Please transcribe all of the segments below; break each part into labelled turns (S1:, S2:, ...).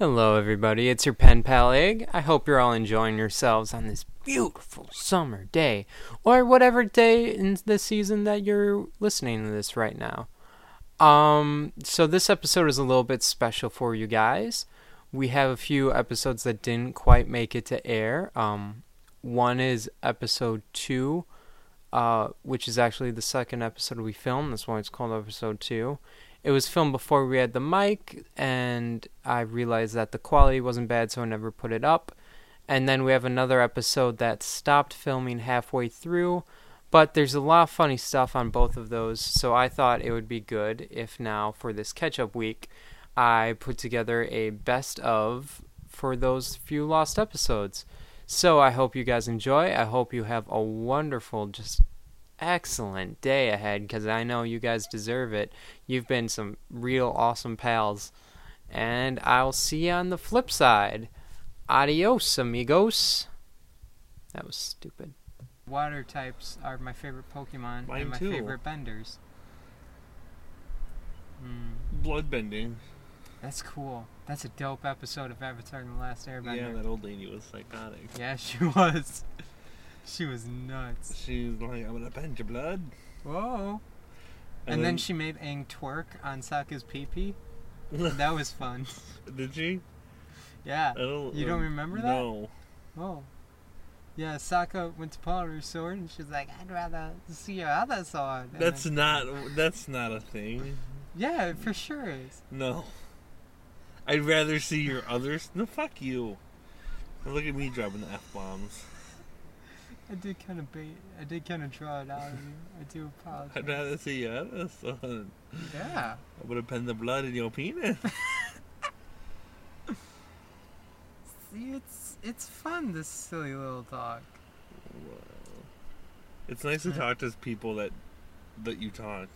S1: Hello, everybody. It's your pen pal egg. I hope you're all enjoying yourselves on this beautiful summer day, or whatever day in the season that you're listening to this right now. Um, so this episode is a little bit special for you guys. We have a few episodes that didn't quite make it to air. Um, one is episode two, uh, which is actually the second episode we filmed. That's why it's called episode two it was filmed before we had the mic and i realized that the quality wasn't bad so i never put it up and then we have another episode that stopped filming halfway through but there's a lot of funny stuff on both of those so i thought it would be good if now for this catch up week i put together a best of for those few lost episodes so i hope you guys enjoy i hope you have a wonderful just excellent day ahead because I know you guys deserve it. You've been some real awesome pals. And I'll see you on the flip side. Adios, amigos. That was stupid. Water types are my favorite Pokemon
S2: Mine
S1: and my
S2: too.
S1: favorite benders. Mm,
S2: Bloodbending.
S1: that's cool. That's a dope episode of Avatar and the Last
S2: Yeah,
S1: Airbender.
S2: that old lady was psychotic.
S1: Yeah, she was. She was nuts.
S2: She's like, I'm gonna bend your blood.
S1: Whoa. And, then, she made Aang twerk on Sokka's pee pee. That was fun.
S2: did she?
S1: Yeah.
S2: I don't.
S1: You don't
S2: um,
S1: remember that?
S2: No.
S1: Oh. Yeah, Sokka went to pull out her sword and she's like, I'd rather see your other sword. And
S2: That's
S1: then-
S2: not. That's not a thing.
S1: yeah, it for sure is.
S2: No. I'd rather see your others. No, fuck you. Now Look at me dropping the f bombs.
S1: I did kind of bait. I did kind of draw it out of you. I do
S2: I'd
S1: apologize.
S2: rather see your others. son.
S1: Yeah.
S2: I'm gonna bend the blood in your penis.
S1: See, it's it's fun. This silly little dog.
S2: it's nice to
S1: Yeah.
S2: talk to people that that you talk.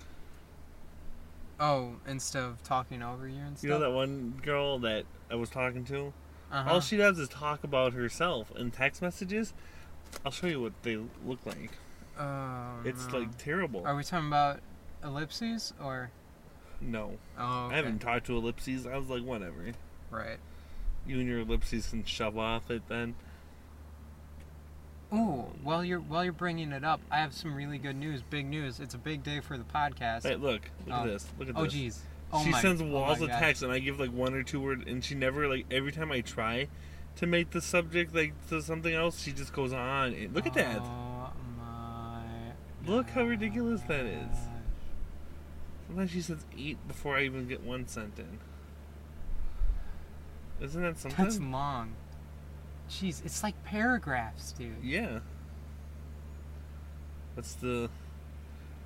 S1: Oh, instead of talking over you and stuff.
S2: You know that one girl that I was talking to.
S1: Uh-huh.
S2: All she does is talk about herself in text messages. I'll show you what they look like.
S1: Oh,
S2: It's
S1: no.
S2: like terrible.
S1: Are we talking about ellipses or?
S2: no,
S1: Oh, okay.
S2: I haven't talked to ellipses. I was like, whatever.
S1: Oh, Right.
S2: You and your ellipses can shove off it then.
S1: Ooh, while you're while you're bringing it up, I have some really good news. Big news! It's a big day for the podcast.
S2: Hey, look, look
S1: Oh.
S2: at this. Look at
S1: oh,
S2: this.
S1: geez. Oh
S2: she
S1: my,
S2: sends
S1: oh my
S2: walls of
S1: God.
S2: text, and I give like one or two words, and she never like every time I try to make the subject like to something else, she just goes on. And look at that.
S1: Oh my.
S2: Look how ridiculous that is.
S1: gosh.
S2: Sometimes she says eat before I even get one sent in. Isn't that something?
S1: That's long. Jeez, it's like paragraphs, dude.
S2: Yeah. What's the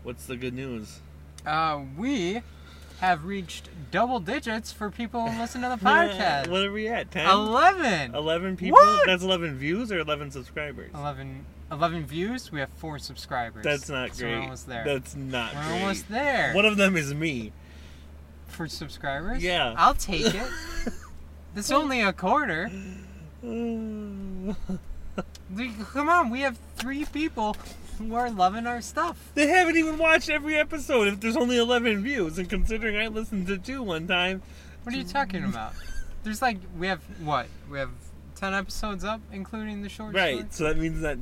S2: what's the good news?
S1: Uh, we have reached double digits for people who listen to the
S2: Yeah,
S1: podcast.
S2: What are we at? 10?
S1: Eleven.
S2: 11 people?
S1: What?
S2: That's 11 views or 11 subscribers?
S1: 11, 11 views. We have four subscribers.
S2: That's not
S1: So
S2: great.
S1: We're almost there.
S2: That's not
S1: we're
S2: great.
S1: almost there.
S2: One of them is me.
S1: For subscribers?
S2: Yeah.
S1: I'll take it. It's only a quarter. Dude, Come on, we have three people who are loving our stuff.
S2: they haven't even watched every episode if there's only 11 views, and considering I listened to two one time,
S1: What are you talking about? There's like, we have what? We have 10 episodes up, including the short
S2: right?
S1: shorts?
S2: So that means that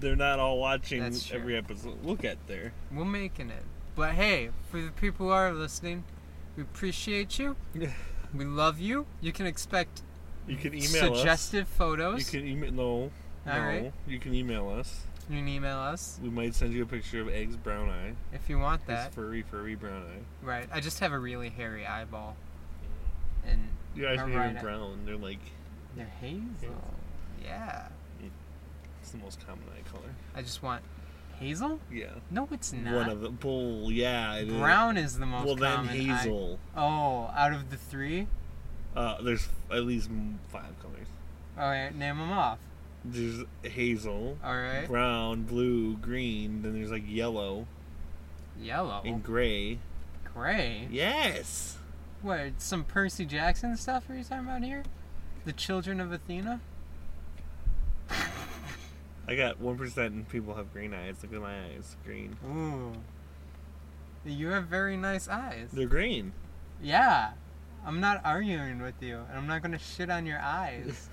S2: they're not all watching
S1: That's true.
S2: every episode. Look at there.
S1: We're making it. But hey, for the people who are listening, we appreciate you.
S2: Yeah.
S1: We love you. You can expect
S2: You can email us.
S1: suggestive photos.
S2: You can email no,
S1: All
S2: no.
S1: right.
S2: You can email us.
S1: You can email us
S2: We might send you a picture of Egg's brown eye.
S1: if you want
S2: His
S1: that.
S2: furry, furry brown eye.
S1: Right. I just have a really hairy eyeball. And
S2: Your eyes are
S1: Alright.
S2: even brown. They're like
S1: They're hazel. Yeah.
S2: it's the most common eye color.
S1: I just want hazel.
S2: Yeah.
S1: No, it's not.
S2: One of the bull. Yeah. it is.
S1: Brown is the most
S2: Well, then
S1: common. I-
S2: hazel.
S1: oh, out of the three.
S2: Uh, there's at least m- five colors.
S1: All right, name them off.
S2: There's hazel,
S1: All right.
S2: brown, blue, green. Then there's like yellow
S1: Yellow.
S2: and gray.
S1: Gray.
S2: Yes.
S1: What? Some Percy Jackson stuff? Are you talking about here? The Children of Athena.
S2: I got one percent, and people have green eyes. Look at my eyes, green.
S1: Ooh. You have very nice eyes.
S2: They're green.
S1: Yeah. I'm not arguing with you, and I'm not gonna shit on your eyes.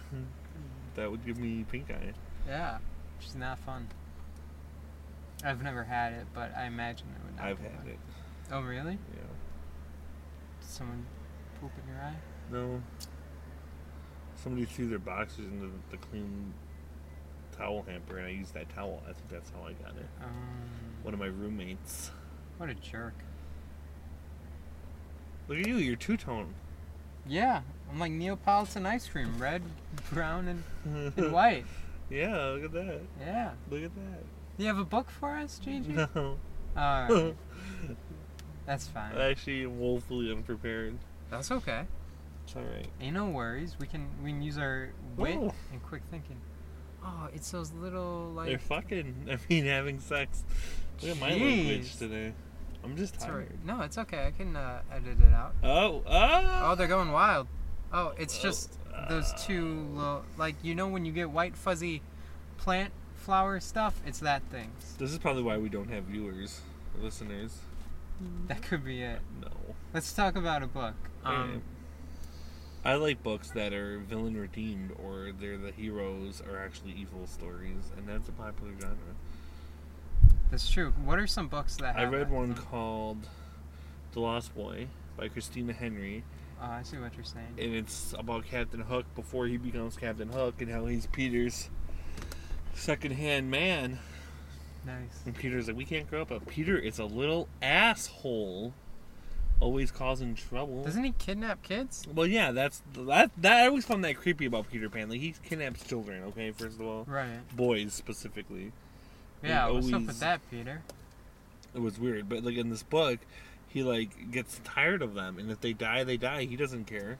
S2: That would give me pink eye.
S1: yeah, she's not fun. I've never had it, but I imagine it would not.
S2: I've
S1: be
S2: had
S1: fun.
S2: it.
S1: Oh really?
S2: Yeah.
S1: Someone poop in your eye?
S2: No. Somebody threw their boxes into the, the clean towel hamper, and I used that towel. I think that's how I got it.
S1: Um,
S2: One of my roommates.
S1: what a jerk.
S2: Look at you, you're two tone.
S1: Yeah, I'm like Neapolitan ice cream, red, brown, and, and white.
S2: yeah, look at that.
S1: Yeah.
S2: Look at that.
S1: Do you have a book for us, Gigi?
S2: No.
S1: All right, that's fine.
S2: Actually, woefully unprepared.
S1: That's okay.
S2: It's alright.
S1: Ain't no worries. We can we can use our wit
S2: Whoa.
S1: and quick thinking. Oh, it's those little
S2: They're
S1: like
S2: fucking, I mean, having sex. Look at my language
S1: Jeez.
S2: today. I'm just
S1: it's
S2: tired.
S1: alright. No, it's okay. I can uh, edit it out.
S2: Oh, oh!
S1: Oh, they're going wild. Oh, it's
S2: Oh,
S1: just those
S2: uh,
S1: two little like you know when you get white fuzzy plant flower stuff. It's that thing.
S2: This is probably why we don't have viewers, listeners.
S1: That could be it.
S2: No.
S1: Let's talk about a book. Um,
S2: I like books that are villain redeemed or they're the heroes are actually evil stories, and that's a popular genre.
S1: that's true. What are some books that
S2: I
S1: have
S2: read
S1: that?
S2: one called The Lost Boy by Christina Henry,
S1: Oh, I see what you're saying.
S2: and it's about Captain Hook before he becomes Captain Hook and how he's Peter's secondhand man.
S1: Nice.
S2: And Peter's like, We can't grow up, but Peter is a little asshole, always causing trouble.
S1: Doesn't he kidnap kids?
S2: Well, yeah, that's that. That I always found that creepy about Peter Pan. Like he kidnaps children. Okay, first of all,
S1: Right.
S2: boys specifically.
S1: Yeah. What's up
S2: always-
S1: with that, Peter?
S2: It was weird, but like in this book, he like gets tired of them, and if they die, they die. He doesn't care.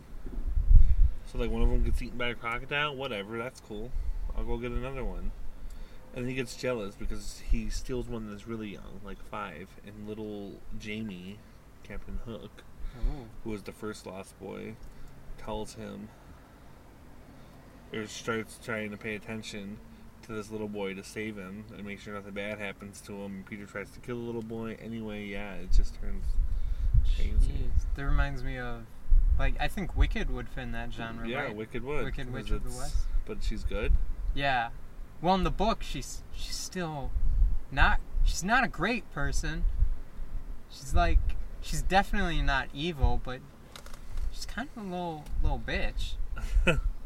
S2: So like one of them gets eaten by a crocodile. Whatever, that's cool. I'll go get another one. And he gets jealous because he steals one that's really young, like five, and little Jamie, Captain Hook,
S1: Ooh.
S2: who was the first lost boy, tells him or starts trying to pay attention to this little boy to save him and make sure nothing bad happens to him. Peter tries to kill the little boy anyway. Yeah, it just turns. Crazy.
S1: Jeez, that reminds me of, like, I think Wicked would fit in that genre,
S2: yeah,
S1: right?
S2: Wicked Wood.
S1: Wicked Witch
S2: 'cause
S1: of the
S2: it's-
S1: West.
S2: But she's good.
S1: Yeah. Well, in the book, she's she's still not she's not a great person. She's like she's definitely not evil, but she's kind of a little little bitch.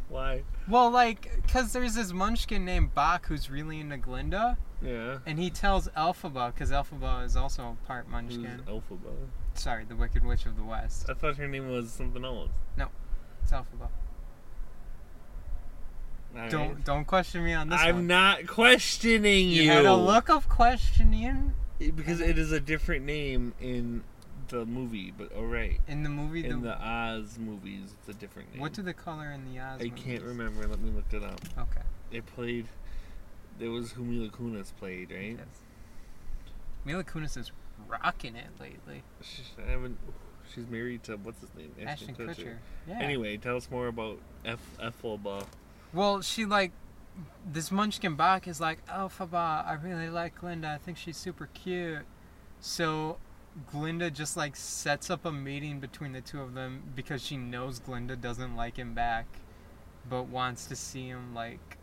S2: Why?
S1: Well, like, cause there's this Munchkin named Bach who's really into Glinda,
S2: Yeah.
S1: and he tells Elphaba, cause Elphaba is also part
S2: Who's Uh,
S1: Munchkin.
S2: Elphaba?
S1: Sorry, the Wicked Witch of the West.
S2: I thought her name was something else.
S1: It's Elphaba.
S2: Alright.
S1: Don't don't question me on this
S2: I'm
S1: one.
S2: not questioning you.
S1: You had a look of questioning
S2: because it is a different name in the movie. But all right,
S1: in the movie.
S2: in
S1: the,
S2: the Oz movies, it's a different name.
S1: what do they call her in the Oz?
S2: I
S1: movies?
S2: can't remember. Let me look it up.
S1: Okay.
S2: It played. It was who Mila Kunis played, right?
S1: Yes. Mila Kunis is rocking it lately.
S2: Sh I haven't. She's married to what's his name?
S1: Ashton Kutcher. Yeah.
S2: Anyway, tell us more about F Ethelba.
S1: Well, she like this Munchkin Bach is like Alphaba. I really like Glinda. I think she's super cute. So Glinda just like sets up a meeting between the two of them because she knows Glinda doesn't like him back, but wants to see him like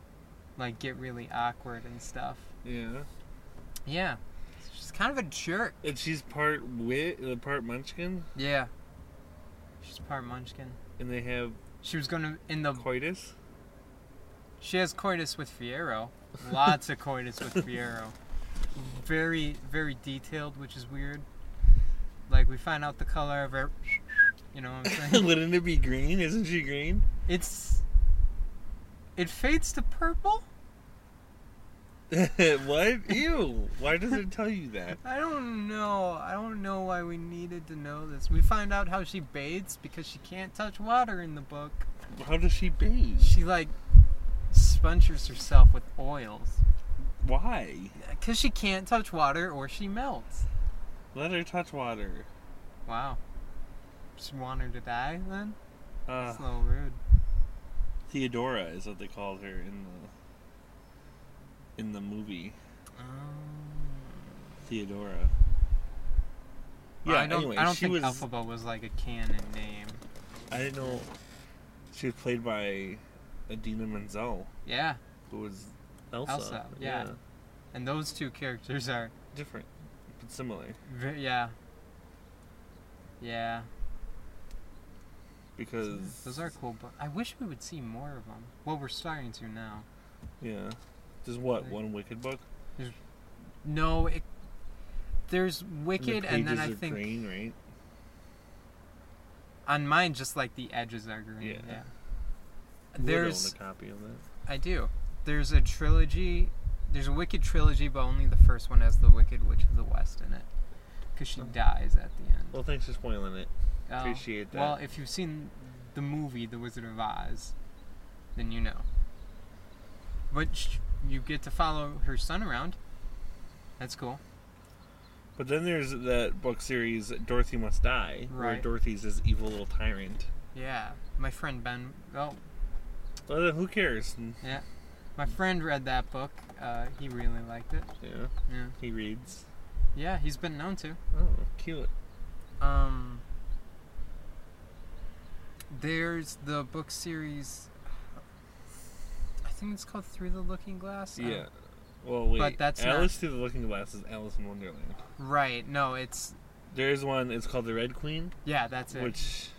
S1: like get really awkward and stuff.
S2: Yeah,
S1: Yeah. She's kind of a jerk.
S2: and she's part wit, uh, part Munchkin,
S1: Yeah. She's part Munchkin.
S2: and they have
S1: She was gonna in the
S2: coitus.
S1: She has coitus with Fiero. Lots of coitus with Fiero. Very, very detailed, which is weird. Like we find out the color of her. You know what I'm saying?
S2: Wouldn't it be green? Isn't she green?
S1: it's. It fades to purple.
S2: what? Ew! Why does it tell you that?
S1: I don't know. I don't know why we needed to know this. We find out how she bathes because she can't touch water in the book.
S2: How does she bathe?
S1: She like sponsors herself with oils
S2: Why?
S1: because she can't touch water or she melts.
S2: Let her touch water.
S1: Wow. Just want her to die then?
S2: Uh,
S1: That's a little rude.
S2: Theodora is what they called her in the in the movie. Theodora.
S1: Well, I don't, I don't think Alphaba was like a canon name.
S2: I didn't know she was played by Adina Menzel,
S1: Yeah,
S2: who was Elsa.
S1: Elsa, yeah. and those two characters are
S2: different but similar
S1: ve- yeah. Yeah,
S2: because
S1: those are cool, but I wish we would see more of them. Well, we're starting to now.
S2: yeah. There's what one Wicked book?
S1: No, it, there's
S2: the
S1: Wicked, and then
S2: pages
S1: I
S2: are
S1: think
S2: green, right?
S1: on mine, just like the edges are green.
S2: Yeah.
S1: Yeah.
S2: Would own
S1: There's
S2: a copy of that.
S1: I do. There's a trilogy. There's a Wicked trilogy, but only the first one has the Wicked Witch of the West in it, because she dies at the end.
S2: Oh. Well, thanks for spoiling it.
S1: Oh,
S2: appreciate that.
S1: Well, if you've seen the movie The Wizard of Oz, then you know. But sh- you get to follow her son around. That's cool.
S2: But then there's that book series Dorothy Must Die, where
S1: Right.
S2: Dorothy's this evil little tyrant.
S1: Yeah, my friend Ben. Well,
S2: Well, who cares?
S1: my friend read that book. Uh, he really liked it.
S2: Yeah,
S1: Yeah.
S2: he reads.
S1: Yeah, he's been known to.
S2: Oh, cute.
S1: Um, there's the book series. I think it's called Through the Looking Glass. I don't-
S2: Yeah. Well, wait.
S1: But that's not-
S2: Alice Through the Looking Glass is Alice in Wonderland.
S1: Right. No, it's
S2: There's one. It's called The Red Queen,
S1: yeah. That's it. Which,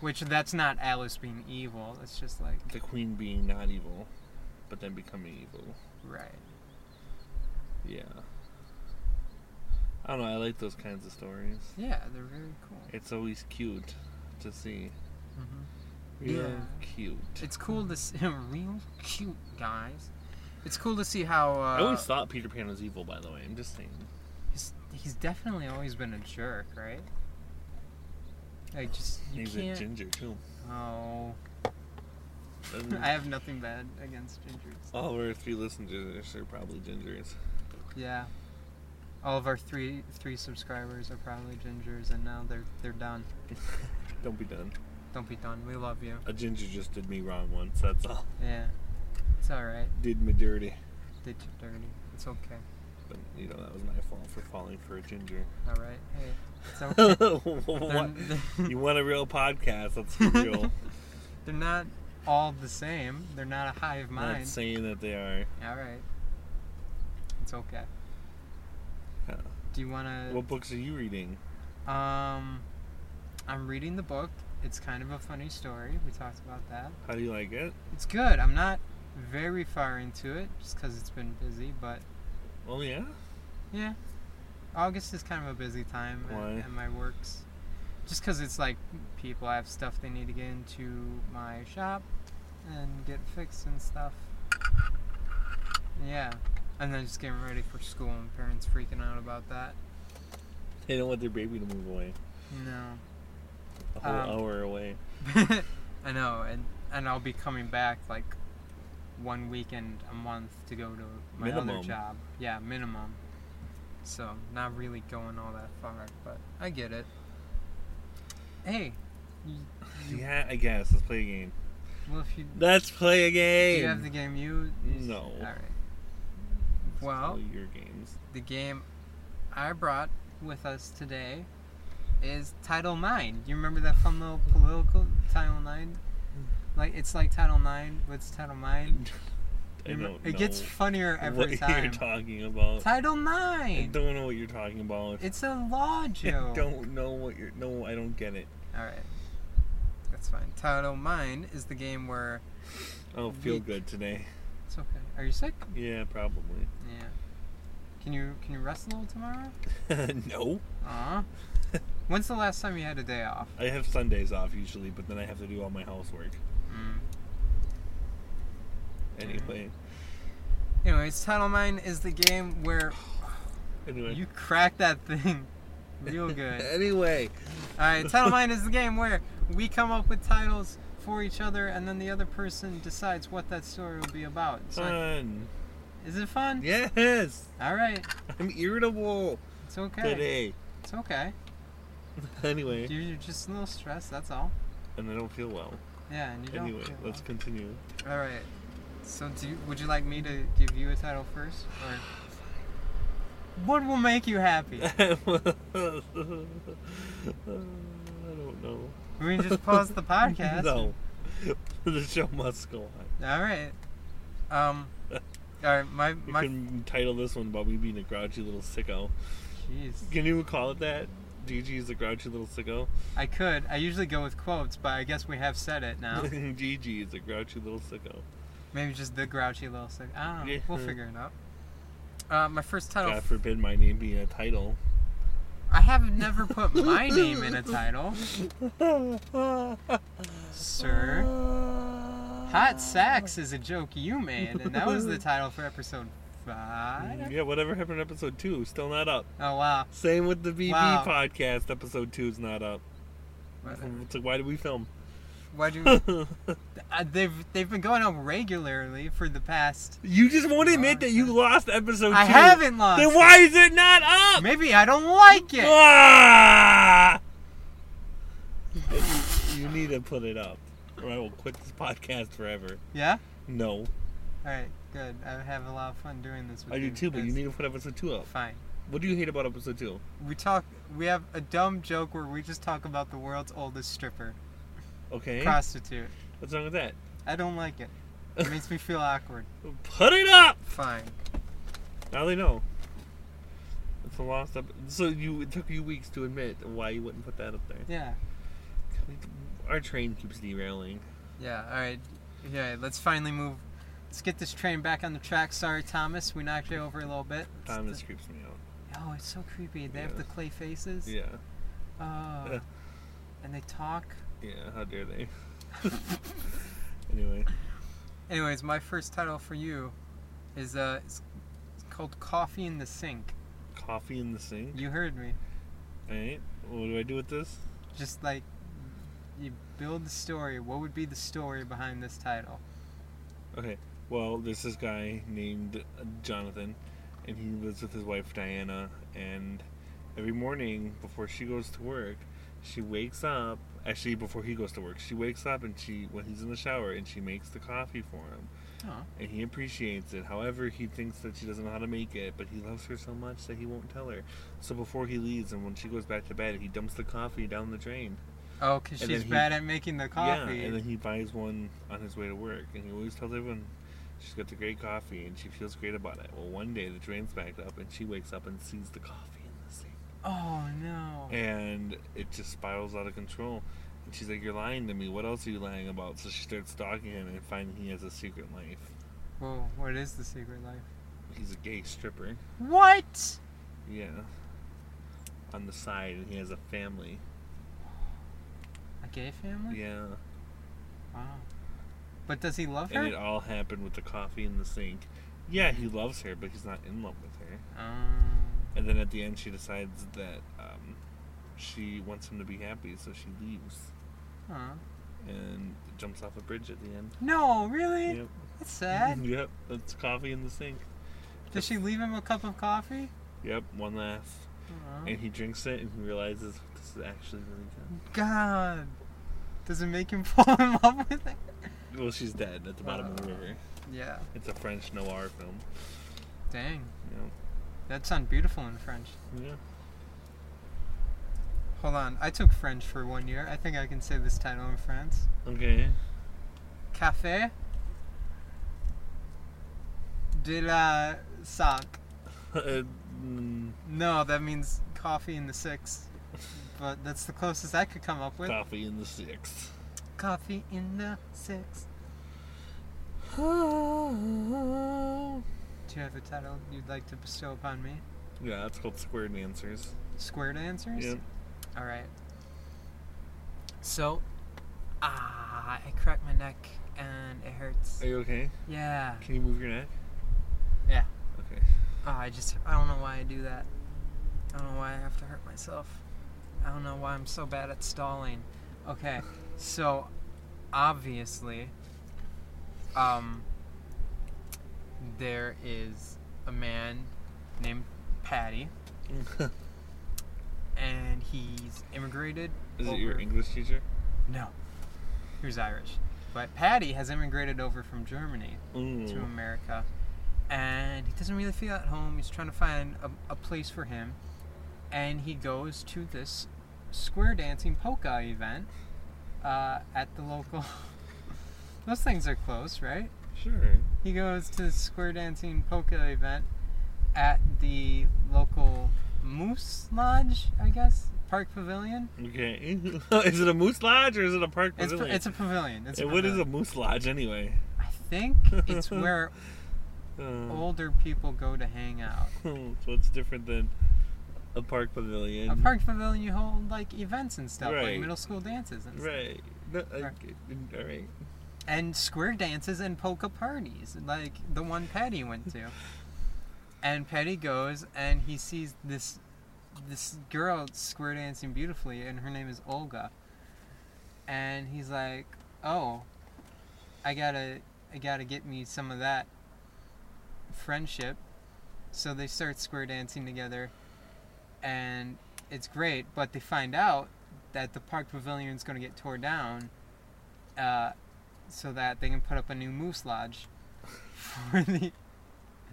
S2: which
S1: that's not Alice being evil. It's just like
S2: the queen being not evil, but then becoming evil.
S1: right.
S2: Yeah. I don't know. I like those kinds of stories.
S1: Yeah, they're very cool.
S2: It's always cute to see.
S1: hmm
S2: Real
S1: Yeah.
S2: cute.
S1: It's cool to see real cute guys. It's cool to see how uh,
S2: I always thought Peter Pan was evil, by the way. I'm just saying.
S1: he's, he's definitely always been a jerk, right? Like just you
S2: He's a
S1: can't.
S2: ginger too.
S1: oh.
S2: Doesn't-
S1: I have nothing bad against gingers.
S2: All of our three listeners are probably gingers.
S1: Yeah. All of our three three subscribers are probably gingers, and now they're they're done.
S2: Don't be done.
S1: Don't be done. We love you.
S2: A ginger just did me wrong once. That's all.
S1: Yeah, it's all right.
S2: Did me dirty.
S1: Did you dirty? It's okay.
S2: But you know that was my fault for falling for a ginger.
S1: All right. Hey, it's okay.
S2: What?
S1: they're,
S2: you want a real podcast? Let's be real.
S1: they're not all the same. They're not a hive
S2: I'm not
S1: mind.
S2: saying that they are.
S1: All right. It's okay.
S2: Huh.
S1: Do you wanna?
S2: What books are you reading?
S1: Um, I'm reading the book. It's kind of a funny story. We talked about that.
S2: How do you like it?
S1: It's good. I'm not very far into it just because it's been busy, but
S2: Oh yeah.
S1: yeah. August is kind of a busy time
S2: Why?
S1: and my works. Just because it's like people have stuff they need to get into my shop and get fixed and stuff. Yeah. And then just getting ready for school and parents freaking out about that.
S2: They don't want their baby to move away.
S1: No.
S2: A whole
S1: Um,
S2: hour away.
S1: I know, and and I'll be coming back like one weekend a month to go to my
S2: Minimum.
S1: other job. Yeah, minimum. So not really going all that far, but I get it. Hey,
S2: Yeah, I guess. Let's play a game.
S1: well if you
S2: Let's play a
S1: do
S2: game.
S1: you have the game you you-
S2: No.
S1: All right,
S2: Let's
S1: well-
S2: play your games.
S1: the game I brought with us today is Title Nine. You remember that fun little political Title Nine?
S2: Hmm.
S1: Like it's like Title Nine, but it's Title Nine.
S2: I
S1: Remem-
S2: don't
S1: It gets
S2: know
S1: funnier every
S2: what
S1: time.
S2: you're talking about.
S1: Title
S2: I
S1: Nine.
S2: don't know what you're talking about.
S1: It's a law
S2: I
S1: joke.
S2: don't know what you're. No, I don't get it.
S1: All right, that's fine. Title Mine is the game where
S2: I don't feel
S1: We-
S2: good today.
S1: it's okay. Are you sick?
S2: Yeah, probably.
S1: Yeah. Can you can you rest a little tomorrow?
S2: no,
S1: Aw. When's the last time you had a day off?
S2: I have Sundays off usually, but then I have to do all my housework
S1: Mm.
S2: anyway.
S1: Anyways, Title Mine is the game where
S2: Anyway,
S1: you crack that thing real good.
S2: anyway,
S1: Alright, Title Mind is the game where we come up with titles for each other and then the other person decides what that story will be about. So,
S2: Uh, fun.
S1: Is it fun?
S2: Yes,
S1: Alright,
S2: I'm irritable
S1: it's okay.
S2: today.
S1: It's okay.
S2: Anyway,
S1: You- You're just a little stressed, that's all.
S2: and I don't feel well.
S1: Yeah, and you don't.
S2: Anyway, let's continue.
S1: Alright. So, do you, would you like me to give you a title first? Or. What will make you happy?
S2: I don't know.
S1: We can just pause the podcast.
S2: No. the show must go on.
S1: All right. Um. All right. My
S2: You
S1: my.
S2: can title this one about me being a grouchy little sicko.
S1: Jeez.
S2: Can you call it that? DG is a grouchy little sicko.
S1: I could. I usually go with quotes, but I guess we have said it now.
S2: DG is a grouchy little sicko.
S1: Maybe just the grouchy little sick. I don't know.
S2: Yeah.
S1: We'll figure it out. Uh, my first title.
S2: God forbid my name being a title.
S1: I have never put my name in a title, sir. Hot sex is a joke you made, and that was the title for episode five.
S2: Mm, Yeah, whatever happened in episode two, still not up.
S1: Oh wow.
S2: Same with the BB
S1: Wow.
S2: podcast, episode two is not up. It's like, why did we film?
S1: Why do uh, they've they've been going up regularly for the past?
S2: you just won't admit that you lost episode two.
S1: I haven't lost.
S2: Oh, Then
S1: it.
S2: why is it not up?
S1: Maybe I don't like it.
S2: Ah! you need to put it up, or I will quit this podcast forever.
S1: Yeah.
S2: No,
S1: All right. Good. I have a lot of fun doing this. With
S2: I do too, but you
S1: because-
S2: need to put episode two up.
S1: Fine.
S2: What do you hate about episode two?
S1: We talk. We have a dumb joke where we just talk about the world's oldest stripper,
S2: Okay,
S1: prostitute.
S2: what's wrong with that?
S1: I don't like it. It makes me feel awkward.
S2: Put it up.
S1: Fine.
S2: Now they know. It's a lost up. So you it took you weeks to admit why you wouldn't put that up there.
S1: Yeah.
S2: Our train keeps derailing.
S1: Yeah. All right. Yeah. Let's finally move. Let's get this train back on the track. Sorry, Thomas. We knocked you over a little bit. It's
S2: Time
S1: the-
S2: just creeps me out.
S1: Oh, it's so creepy. They have
S2: Yeah.
S1: the clay faces.
S2: Yeah,
S1: Oh. and they talk.
S2: yeah. How dare they? anyway,
S1: Anyways, my first title for you is uh, it's, it's called Coffee in the Sink.
S2: coffee in the sink.
S1: You heard me.
S2: All right. What do I do with this?
S1: Just like you build the story. What would be the story behind this title?
S2: Okay. Well, there's this guy named Jonathan, and he lives with his wife Diana. And every morning before she goes to work, she wakes up. Actually, before he goes to work, she wakes up and she, when he's in the shower, and she makes the coffee for him.
S1: Oh.
S2: And he appreciates it. However, he thinks that she doesn't know how to make it, but he loves her so much that he won't tell her. So before he leaves, and when she goes back to bed, he dumps the coffee down the drain.
S1: Oh, 'cause
S2: And
S1: she's
S2: then he-
S1: bad at making the coffee.
S2: Yeah, and then he buys one on his way to work, and he always tells everyone she's got the great coffee and she feels great about it. Well, one day the drain's backed up, and she wakes up and sees the coffee in the sink,
S1: oh no.
S2: and it just spirals out of control. And she's like, "You're lying to me. What else are you lying about?" So she starts stalking him and finding he has a secret life.
S1: Whoa, what is the secret life?
S2: He's a gay stripper.
S1: What?
S2: Yeah. On the side, and he has a family.
S1: A gay family?
S2: Yeah.
S1: Wow. But does he love
S2: And
S1: her?
S2: it all happened with the coffee in the sink. Yeah, he loves her, but he's not in love with her.
S1: Um,
S2: And then at the end, she decides that um, she wants him to be happy, so she leaves
S1: huh.
S2: and jumps off a bridge at the end.
S1: No, really?
S2: Yep.
S1: That's sad.
S2: Yep. That's coffee in the sink.
S1: Did she leave him a cup of coffee?
S2: Yep. One laugh.
S1: Aw.
S2: And he drinks it and he realizes this is actually really good.
S1: God. Does it make him fall in love with her?
S2: Well, she's dead at the bottom of the river.
S1: Yeah.
S2: It's a French noir film.
S1: Dang.
S2: Yeah.
S1: That sounds beautiful in French.
S2: Yeah.
S1: Hold on. I took French for one year. I think I can say this title in France.
S2: Okay.
S1: Café de la Sac.
S2: Uh, mm,
S1: No, that means coffee in the six. But that's the closest I could come up with.
S2: coffee in the sixth.
S1: Coffee in the six. Do
S2: yeah,
S1: you have a title you'd like to bestow upon me?
S2: it's called Square Dancers.
S1: Squared answers?
S2: Yeah.
S1: All right. So, ah, I cracked my neck and it hurts.
S2: Are you okay?
S1: Yeah.
S2: Can you move your neck?
S1: Yeah.
S2: Okay.
S1: Oh, I just I don't know why I do that. I don't know why I have to hurt myself. I don't know why I'm so bad at stalling. Okay. So, obviously, um, there is a man named Patty, and he's immigrated.
S2: Is
S1: over...
S2: it your English teacher?
S1: No. He was Irish. But Patty has immigrated over from Germany to
S2: Mm.
S1: America. And he doesn't really feel at home. He's trying to find a, a place for him. And he goes to this square dancing polka event uh, at the local. Those things are close, right?
S2: Sure.
S1: He goes to the square dancing polka event at the local Moose Lodge, I guess, Park Pavilion.
S2: Okay. is it a moose lodge or is it a park
S1: It's,
S2: pavilion?
S1: it's a pavilion. It's a
S2: Hey, what is a
S1: pavilion.
S2: moose lodge anyway?
S1: I think it's where
S2: Uh,
S1: older people go to hang out.
S2: so it's different than a park pavilion.
S1: A park pavilion, you hold like events and stuff, like
S2: Right.
S1: middle school dances and stuff.
S2: Right. No, I-
S1: Right.
S2: all right.
S1: and square dances and polka parties, like the one Patty went to. And Patty goes and he sees this this girl square dancing beautifully, and her name is Olga. And he's like, "Oh, I gotta, I gotta get me some of that friendship." So they start square dancing together, and it's great. But they find out that the park pavilion's gonna get tore down. Uh, so that they can put up a new moose lodge for the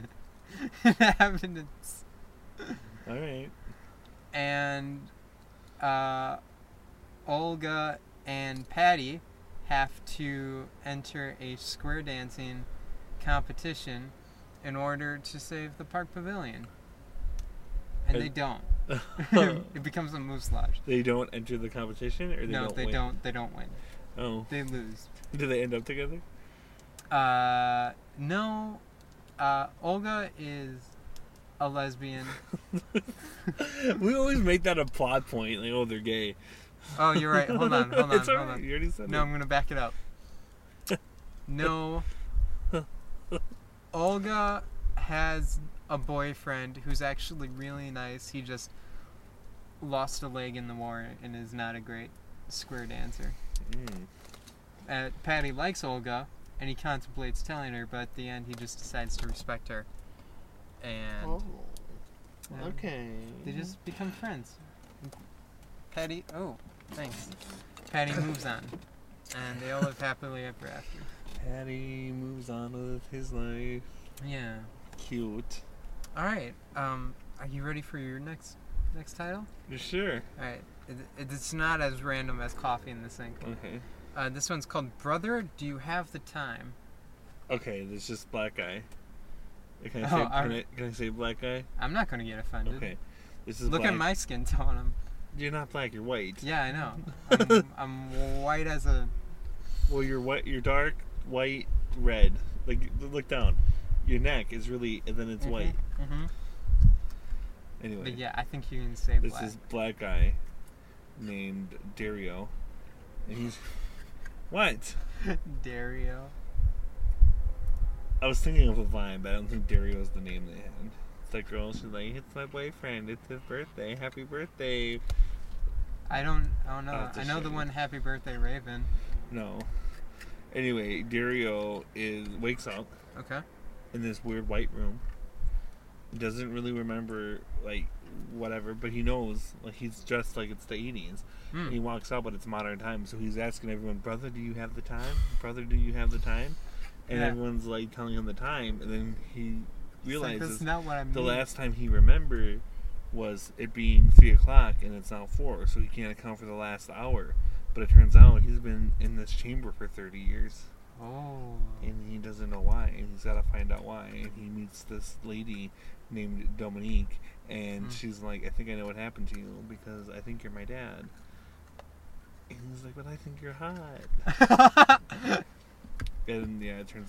S1: inhabitants.
S2: All right.
S1: And uh, Olga and Patty have to enter a square dancing competition in order to save the park pavilion. And they
S2: And-
S1: don't. it becomes a moose lodge.
S2: They don't enter the competition, or they
S1: no,
S2: don't.
S1: they
S2: win?
S1: don't. They don't win.
S2: Oh,
S1: They lose.
S2: do they end up together?
S1: Uh, no. Uh, Olga is a lesbian.
S2: we always make that a plot point. Like, oh, they're gay.
S1: Oh, you're right. Hold on. Hold on.
S2: it's
S1: hold
S2: all right.
S1: on.
S2: You already said
S1: No,
S2: it.
S1: I'm gonna back it up. No. Olga has a boyfriend who's actually really nice. He just lost a leg in the war and is not a great square dancer.
S2: Mm.
S1: Uh, Patty likes Olga, and he contemplates telling her, but at the end, he just decides to respect her. And and-
S2: Oh, okay.
S1: They
S2: Mm-hmm.
S1: just become friends. Patty, oh, thanks. Patty moves on, and they all live happily ever after.
S2: Patty moves on with his life.
S1: Yeah.
S2: Cute.
S1: All right. Um, are you ready for your next next title?
S2: Sure.
S1: All right. It, it- it's not as random as coffee in the sink.
S2: Okay.
S1: Uh, this one's called "Brother, Do You Have the Time?"
S2: Okay. There's just black guy. Can I
S1: Oh,
S2: say?
S1: all
S2: can, I,
S1: right.
S2: can I say black guy?
S1: I'm not gonna get offended.
S2: Okay. This is
S1: Look
S2: black.
S1: at my skin tone. I'm,
S2: You're not black. You're white.
S1: yeah, I know. I'm, I'm white as a.
S2: Well, you're white. You're dark, white, red. Like look down. Your neck is really, and then it's white.
S1: hmm
S2: Anyway,
S1: But yeah, I think you can say
S2: this
S1: black.
S2: is black guy named Dario, and he's what?
S1: Dario.
S2: I was thinking of a vine, but I don't think Dario is the name they had. It's that girl. She's like, it's my boyfriend. It's his birthday. Happy birthday.
S1: I don't. I don't know.
S2: I'll have to
S1: I know
S2: show
S1: the
S2: you.
S1: one "Happy Birthday, Raven."
S2: No. Anyway, Dario is wakes up
S1: Okay.
S2: in this weird white room. Doesn't really remember like whatever, but he knows like he's dressed like it's the eighties.
S1: Hmm.
S2: And he walks out, but it's modern time, so he's asking everyone, "Brother, do you have the time? Brother, do you have the time?" And
S1: Yeah.
S2: everyone's like telling him the time, and then
S1: It's
S2: he
S1: like,
S2: realizes
S1: that's not what I mean.
S2: the last time he remembered was it being three o'clock, and it's now four, so he can't account for the last hour. But it turns out he's been in this chamber for thirty years
S1: Oh.
S2: and he doesn't know why, and he's got to find out why. And he meets this lady named Dominique, and
S1: Mhm.
S2: she's like, "I think I know what happened to you because I think you're my dad." And he's like, "But I think you're hot." and yeah, it turns